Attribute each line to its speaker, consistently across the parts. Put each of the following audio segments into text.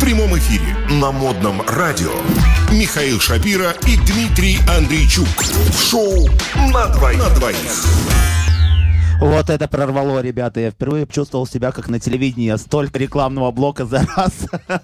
Speaker 1: прямом эфире на модном радио Михаил Шапира и Дмитрий Андрейчук. В шоу на двоих. На двоих.
Speaker 2: Вот это прорвало, ребята. Я впервые чувствовал себя как на телевидении. Столько рекламного блока за раз.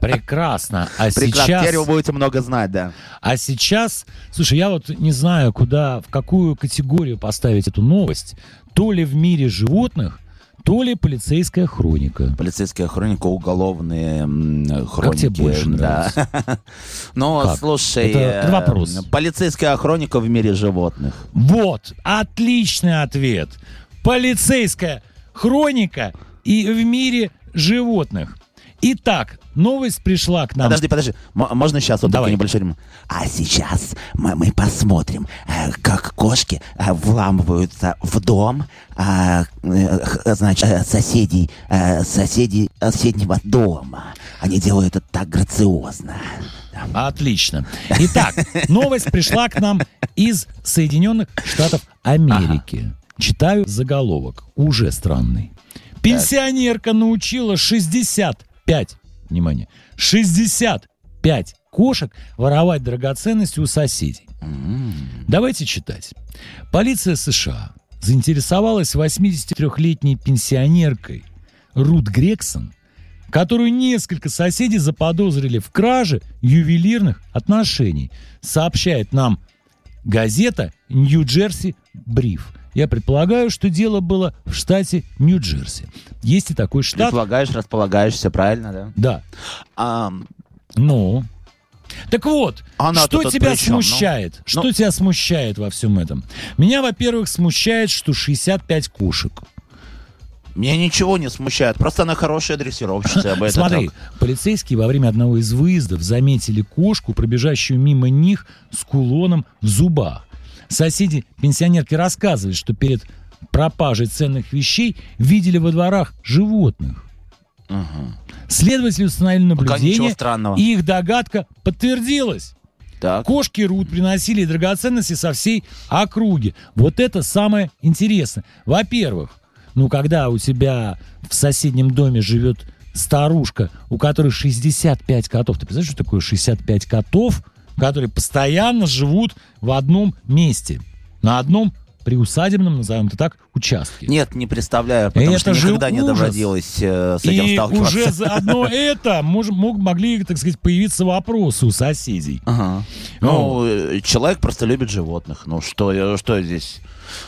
Speaker 3: Прекрасно. А
Speaker 2: Прекрасно. Теперь вы
Speaker 3: сейчас...
Speaker 2: будете много знать, да.
Speaker 3: А сейчас... Слушай, я вот не знаю, куда, в какую категорию поставить эту новость. То ли в мире животных, то ли полицейская хроника.
Speaker 2: Полицейская хроника, уголовные м, хроники.
Speaker 3: тебе больше
Speaker 2: да. Ну,
Speaker 3: Как?
Speaker 2: слушай,
Speaker 3: Это- это
Speaker 2: э,
Speaker 3: вопрос.
Speaker 2: полицейская хроника в мире животных.
Speaker 3: Вот, отличный ответ. Полицейская хроника и в мире животных. Итак, новость пришла к нам.
Speaker 2: Подожди, подожди, М- можно сейчас вот такой
Speaker 3: Давай.
Speaker 2: небольшой ремонт? А сейчас мы, мы посмотрим, э, как кошки э, вламываются в дом, а, э, х- значит, э, соседей, э, соседей соседнего дома. Они делают это так грациозно. Там.
Speaker 3: Отлично. Итак, новость пришла к нам из Соединенных Штатов Америки. Читаю заголовок, уже странный. Пенсионерка научила 65, внимание, 65 кошек воровать драгоценности у соседей. Давайте читать. Полиция США заинтересовалась 83-летней пенсионеркой Рут Грексон, которую несколько соседей заподозрили в краже ювелирных отношений, сообщает нам газета «Нью-Джерси Бриф». Я предполагаю, что дело было в штате Нью-Джерси. Есть и такой штат.
Speaker 2: Предполагаешь, располагаешься, правильно, да?
Speaker 3: Да.
Speaker 2: А,
Speaker 3: Ну. Так вот,
Speaker 2: Она
Speaker 3: что
Speaker 2: тут
Speaker 3: тебя
Speaker 2: при чем? Ну,
Speaker 3: смущает? что
Speaker 2: ну.
Speaker 3: тебя смущает во всем этом? Меня, во-первых, смущает, что 65 кошек.
Speaker 2: меня ничего не смущает, просто она хорошая дрессировщица. об этом
Speaker 3: Смотри, полицейские во время одного из выездов заметили кошку, пробежащую мимо них с кулоном в зубах. Соседи пенсионерки рассказывают, что перед пропажей ценных вещей видели во дворах животных.
Speaker 2: так.
Speaker 3: Следователи установили
Speaker 2: Пока ничего
Speaker 3: наблюдение,
Speaker 2: странного.
Speaker 3: и их догадка подтвердилась.
Speaker 2: Так.
Speaker 3: Кошки Рут приносили драгоценности со всей округи. Вот это самое интересное. Во-первых, ну когда у тебя в соседнем доме живет старушка, у которой 65 котов. Ты представляешь, что такое 65 котов, которые постоянно живут в одном месте? На одном приусадебном, назовем это так, участке.
Speaker 2: Нет, не представляю, потому
Speaker 3: Это
Speaker 2: что
Speaker 3: же
Speaker 2: никогда не
Speaker 3: ужас.
Speaker 2: доводилось э, с этим
Speaker 3: И
Speaker 2: сталкиваться.
Speaker 3: уже заодно это мож- мог, могли, так сказать, появиться вопросы у соседей.
Speaker 2: Ага. Ну, э, человек просто любит животных. Ну, что, э, что здесь?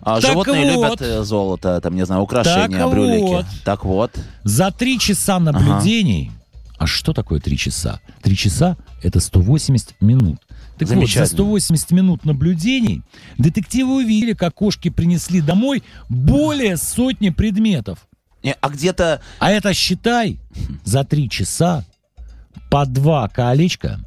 Speaker 2: А
Speaker 3: Так
Speaker 2: животные
Speaker 3: вот.
Speaker 2: любят э, золото, там, не знаю, украшения,
Speaker 3: Так
Speaker 2: брюлики.
Speaker 3: вот.
Speaker 2: Так вот.
Speaker 3: За три часа наблюдений... А что такое три часа? Три часа – это 180 минут. Так вот, за
Speaker 2: Замечательно.
Speaker 3: 180 минут наблюдений детективы увидели, как кошки принесли домой более сотни предметов.
Speaker 2: Не, а где-то...
Speaker 3: А это, считай, за три часа по два колечка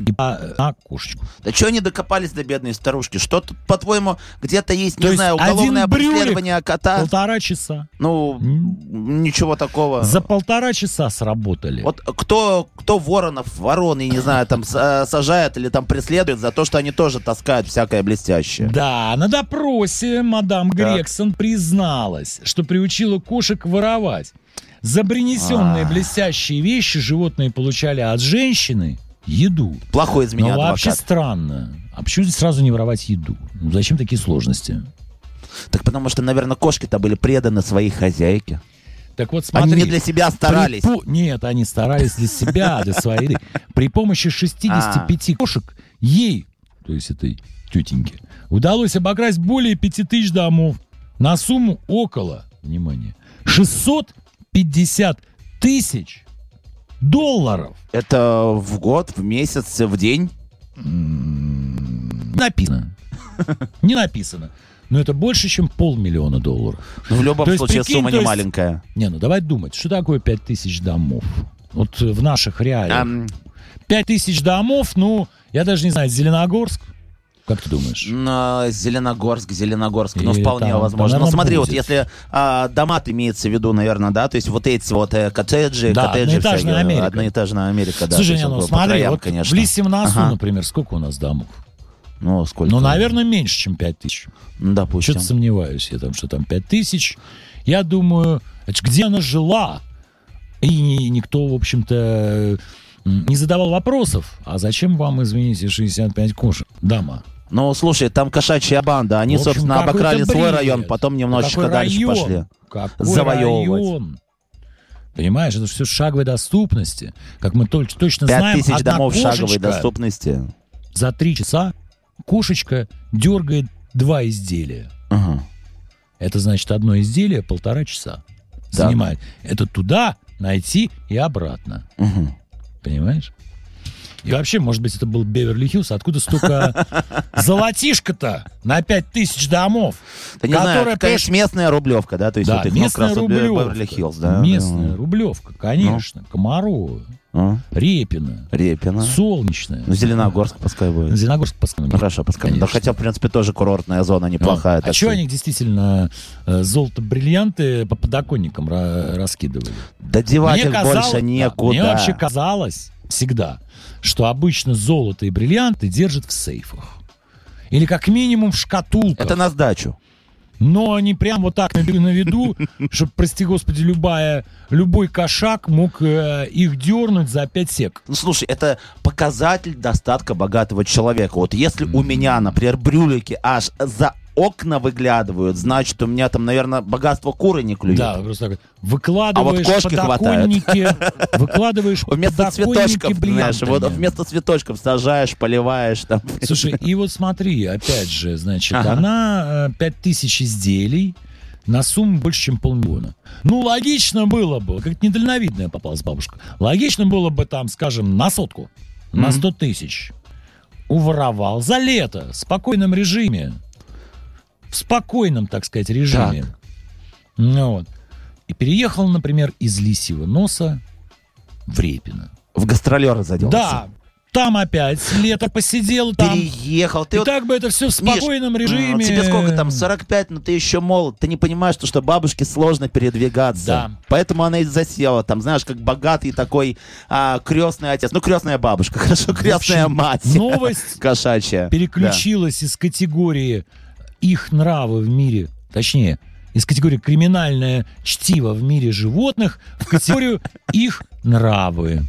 Speaker 3: и по одна кошечку.
Speaker 2: Да что они докопались до бедной старушки? Что тут, по-твоему, где-то есть,
Speaker 3: То
Speaker 2: не
Speaker 3: есть
Speaker 2: знаю,
Speaker 3: один
Speaker 2: уголовное
Speaker 3: брюлик
Speaker 2: преследование кота?
Speaker 3: Полтора часа.
Speaker 2: Ну, ничего такого.
Speaker 3: За полтора часа сработали.
Speaker 2: Вот кто, кто воронов, ворон, я не знаю, там с- э, сажает или там преследует за то, что они тоже таскают всякое блестящее.
Speaker 3: Да, на допросе мадам
Speaker 2: Так.
Speaker 3: Грексон призналась, что приучила кошек воровать. За принесенные
Speaker 2: А.
Speaker 3: блестящие вещи животные получали от женщины еду.
Speaker 2: Плохой из
Speaker 3: Но
Speaker 2: меня
Speaker 3: Ну, вообще
Speaker 2: адвокат.
Speaker 3: странно. А почему здесь сразу не воровать еду? Ну, Зачем такие сложности?
Speaker 2: Так потому что, наверное, кошки-то были преданы своей хозяйке.
Speaker 3: Так вот, смотри.
Speaker 2: Они не для себя старались.
Speaker 3: При по- Нет, они старались для себя, для своей. еды. При помощи 65 кошек ей, то есть этой тетеньке, удалось обокрасть более 5000 домов на сумму около, внимание, 650 тысяч долларов.
Speaker 2: Это в год, в месяц, в день.
Speaker 3: Написано. Не написано. Но это больше, чем полмиллиона долларов.
Speaker 2: Ну, в любом
Speaker 3: То есть,
Speaker 2: случае,
Speaker 3: прикинь,
Speaker 2: сумма не
Speaker 3: то есть-
Speaker 2: маленькая.
Speaker 3: Не, ну давай думать, что такое 5000 домов? Вот э, в наших реалиях.
Speaker 2: Ам,
Speaker 3: 5 тысяч домов, ну, я даже не знаю, Зеленогорск? Ну, Как ты думаешь?
Speaker 2: на Зеленогорск, Зеленогорск, ну,
Speaker 3: И
Speaker 2: вполне
Speaker 3: там-
Speaker 2: возможно.
Speaker 3: там,
Speaker 2: ну, смотри,
Speaker 3: наверное,
Speaker 2: вот
Speaker 3: будет.
Speaker 2: если а, дома имеется в виду, наверное, да, то есть вот эти вот э, коттеджи,
Speaker 3: Да,
Speaker 2: коттеджи
Speaker 3: одноэтажная
Speaker 2: всякие,
Speaker 3: Америка.
Speaker 2: одноэтажная Америка, да.
Speaker 3: Слушай,
Speaker 2: то
Speaker 3: не,
Speaker 2: есть
Speaker 3: ну
Speaker 2: вот по
Speaker 3: смотри,
Speaker 2: краям,
Speaker 3: вот
Speaker 2: конечно.
Speaker 3: в Лисимнасу,
Speaker 2: Ага.
Speaker 3: например, сколько у нас домов?
Speaker 2: Ну, сколько?
Speaker 3: Ну, наверное, меньше, чем 5 тысяч.
Speaker 2: Ну, допустим.
Speaker 3: Что-то сомневаюсь я там, что там 5 тысяч. Я думаю, это ж где она жила? И ни- никто, в общем-то, м, не задавал вопросов. А зачем вам, извините, 65 кошек, дама?
Speaker 2: Ну, слушай, там кошачья банда. Они,
Speaker 3: В общем,
Speaker 2: собственно,
Speaker 3: какой-то
Speaker 2: обокрали свой
Speaker 3: бред.
Speaker 2: район, потом немножечко
Speaker 3: Какой
Speaker 2: дальше
Speaker 3: район?
Speaker 2: пошли.
Speaker 3: Какой
Speaker 2: завоевывать.
Speaker 3: район? Понимаешь, это все шаговой доступности. Как мы точ- точно
Speaker 2: Пять
Speaker 3: знаем,
Speaker 2: тысяч
Speaker 3: одна
Speaker 2: домов шаговой
Speaker 3: кошечка
Speaker 2: доступности.
Speaker 3: за три часа кошечка дергает два изделия.
Speaker 2: Ага.
Speaker 3: Это значит одно изделие полтора часа
Speaker 2: Да.
Speaker 3: занимает. Это туда найти и обратно.
Speaker 2: Мгм.
Speaker 3: Понимаешь? И вообще, может быть, это был Беверли Хиллз. Откуда столько золотишко-то на пять тысяч домов?
Speaker 2: Да не знаю,
Speaker 3: которая
Speaker 2: это, конечно, местная рублевка, да? То есть
Speaker 3: Да,
Speaker 2: вот их ну, как
Speaker 3: местная
Speaker 2: раз вот Бе-
Speaker 3: рублевка.
Speaker 2: Беверли-Хиллз, да?
Speaker 3: Местная
Speaker 2: Ну,
Speaker 3: рублевка, конечно. Комарова,
Speaker 2: ну,
Speaker 3: Репина,
Speaker 2: Репина.
Speaker 3: Солнечная.
Speaker 2: А. Ну, Зеленогорск пускай будет.
Speaker 3: Зеленогорск пасконный.
Speaker 2: Хорошо, пускай. Да
Speaker 3: Конечно.
Speaker 2: хотя, в принципе, тоже курортная зона неплохая.
Speaker 3: А
Speaker 2: так
Speaker 3: что
Speaker 2: что-
Speaker 3: они действительно э, золото-бриллианты по подоконникам ра- раскидывали?
Speaker 2: Да девать
Speaker 3: Мне
Speaker 2: их
Speaker 3: казалось-
Speaker 2: больше
Speaker 3: да,
Speaker 2: некуда.
Speaker 3: Мне вообще казалось всегда, что обычно золото и бриллианты держат в сейфах. Или как минимум в шкатулках.
Speaker 2: Это на сдачу.
Speaker 3: Но они прям вот так на, на виду, чтобы, прости господи, любая, любой кошак мог э, их дернуть за 5 сек.
Speaker 2: Ну, слушай, это показатель достатка богатого человека. Вот если у меня, например, брюлики аж за окна выглядывают, значит, у меня там, наверное, богатство куры не клюет.
Speaker 3: Да, просто так вот. Выкладываешь
Speaker 2: А вот кошки
Speaker 3: подоконники, выкладываешь
Speaker 2: Вместо
Speaker 3: подоконники
Speaker 2: цветочков, знаешь, вот
Speaker 3: бриллиантами.
Speaker 2: вместо цветочков сажаешь, поливаешь там.
Speaker 3: Слушай, и вот смотри, опять же, значит,
Speaker 2: Ага.
Speaker 3: она э, 5000 изделий на сумму больше, чем полмиллиона. Ну, логично было бы, как недальновидная попалась бабушка, логично было бы там, скажем, на сотку, на
Speaker 2: Мгм.
Speaker 3: 100 тысяч. Уворовал за лето, в спокойном режиме. В спокойном, так сказать, режиме. Ну вот. И переехал, например, из Лисьего носа в Репино.
Speaker 2: В гастролера заделся.
Speaker 3: Да, там опять лето посидел, там
Speaker 2: Переехал. Ты
Speaker 3: и
Speaker 2: вот,
Speaker 3: так бы это все в
Speaker 2: Миш,
Speaker 3: спокойном
Speaker 2: м, а
Speaker 3: режиме. э,
Speaker 2: Тебе сколько там, 45, но ты еще молод. Ты не понимаешь, то, что бабушке сложно передвигаться.
Speaker 3: Да.
Speaker 2: Поэтому она и засела там, знаешь, как богатый такой а, крестный отец. Ну, крестная бабушка, хорошо, крестная
Speaker 3: общем, ну
Speaker 2: мать.
Speaker 3: Новость
Speaker 2: Кошачья.
Speaker 3: переключилась из категории их нравы в мире, точнее, из категории криминальное чтиво в мире животных в категорию их нравы.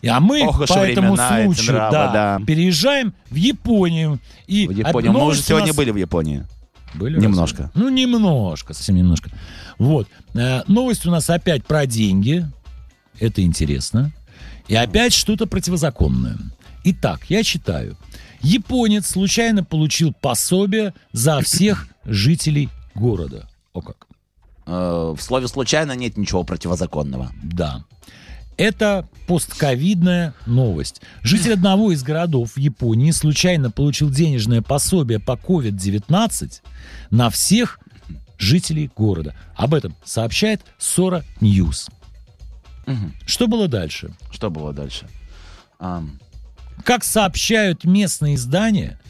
Speaker 3: И- А мы
Speaker 2: Ох уж
Speaker 3: по этому
Speaker 2: времена эти
Speaker 3: случаю
Speaker 2: нравы,
Speaker 3: да,
Speaker 2: да.
Speaker 3: переежаем в Японию. И
Speaker 2: Да. В Японию.
Speaker 3: от-
Speaker 2: Мы уже
Speaker 3: множество
Speaker 2: сегодня
Speaker 3: А нас-
Speaker 2: были в Японии.
Speaker 3: Были
Speaker 2: Немножко.
Speaker 3: разве? Ну, немножко, совсем немножко. Вот. Э, Новость у нас опять про деньги. Это интересно. И опять что-то противозаконное. Итак, я читаю. Японец случайно получил пособие за всех жителей города. О как.
Speaker 2: Э, в слове случайно нет ничего противозаконного.
Speaker 3: Да. Это постковидная новость. Житель одного из городов в Японии случайно получил денежное пособие по COVID-19 на всех жителей города. Об этом сообщает Сора Ньюс.
Speaker 2: Мгм.
Speaker 3: Что было дальше?
Speaker 2: Что было дальше? Ам,
Speaker 3: Как сообщают местные издания,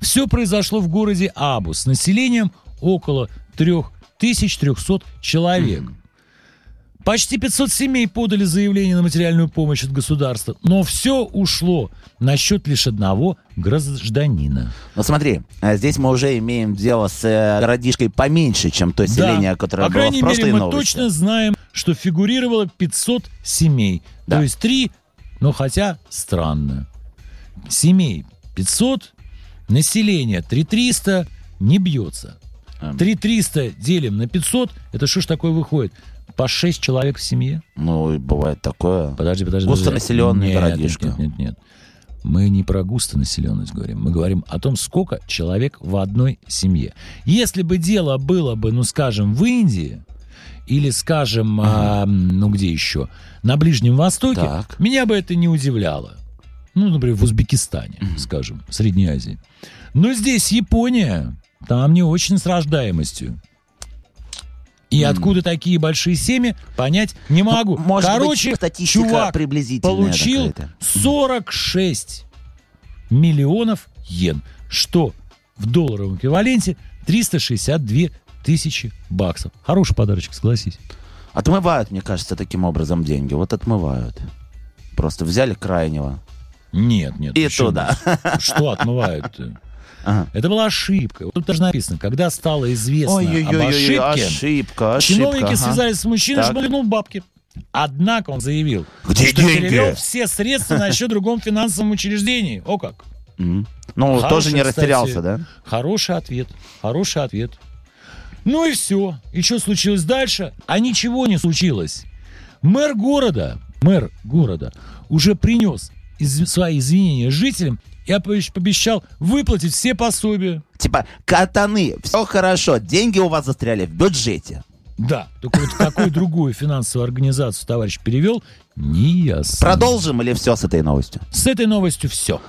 Speaker 3: все произошло в городе Абу с населением около 3300 человек.
Speaker 2: Мгм.
Speaker 3: Почти 500 семей подали заявление на материальную помощь от государства, но все ушло на счет лишь одного гражданина.
Speaker 2: Ну смотри, э, здесь мы уже имеем дело с э, городишкой поменьше, чем то селение, которое
Speaker 3: По
Speaker 2: было в
Speaker 3: крайней
Speaker 2: прошлой
Speaker 3: мере, мы
Speaker 2: новости.
Speaker 3: точно знаем, что фигурировало 500 семей.
Speaker 2: Да.
Speaker 3: То есть три, но хотя странно. Семей 500, население 3300, не бьется.
Speaker 2: Эм,
Speaker 3: 3300 делим на 500, это что ж такое выходит? По 6 человек в семье?
Speaker 2: Ну, и бывает такое.
Speaker 3: Подожди, подожди.
Speaker 2: Густонаселенный
Speaker 3: подожди. Нет,
Speaker 2: городишко.
Speaker 3: Нет, нет, нет. Мы не про густонаселенность говорим. Мы говорим о том, сколько человек в одной семье. Если бы дело было бы, ну, скажем, в Индии, или, скажем, а, ну, где еще, на Ближнем Востоке,
Speaker 2: Так.
Speaker 3: меня бы это не удивляло. Ну, например, в Узбекистане, скажем, в Средней Азии. Но здесь Япония, там не очень с рождаемостью. И
Speaker 2: М.
Speaker 3: откуда такие большие семьи, понять не
Speaker 2: Ну,
Speaker 3: могу.
Speaker 2: Может
Speaker 3: Короче,
Speaker 2: быть, статистика
Speaker 3: чувак
Speaker 2: приблизительная
Speaker 3: получил
Speaker 2: какая-то.
Speaker 3: 46 миллионов йен, что в долларовом эквиваленте 362 тысячи баксов. Хороший подарочек, согласись.
Speaker 2: Отмывают, мне кажется, таким образом деньги. Вот отмывают. Просто взяли крайнего.
Speaker 3: Нет, нет.
Speaker 2: И
Speaker 3: почему?
Speaker 2: туда.
Speaker 3: Что отмывают-то?
Speaker 2: Ага.
Speaker 3: Это была ошибка. Вот Тут даже написано, когда стало известно об
Speaker 2: Ой-ой-ой-ой,
Speaker 3: ошибке,
Speaker 2: ошибка, ошибка.
Speaker 3: чиновники
Speaker 2: ага.
Speaker 3: связались с мужчиной,
Speaker 2: Так.
Speaker 3: чтобы он вернул бабки. Однако он заявил,
Speaker 1: Где
Speaker 3: что
Speaker 1: деньги?
Speaker 3: перевел все средства на счет другом финансовом учреждении. О как!
Speaker 2: М. Ну,
Speaker 3: Хороший,
Speaker 2: тоже не
Speaker 3: кстати.
Speaker 2: растерялся, да?
Speaker 3: Хороший ответ, хороший ответ. Ну и все. И что случилось дальше? А ничего не случилось. Мэр города, мэр города уже принес из- свои извинения жителям и опо- пообещал выплатить все пособия.
Speaker 2: Типа, катаны, все хорошо, деньги у вас застряли в бюджете.
Speaker 3: Да, только вот в какую другую финансовую организацию товарищ перевел, не ясно.
Speaker 2: Продолжим или все с этой новостью?
Speaker 3: С этой новостью все.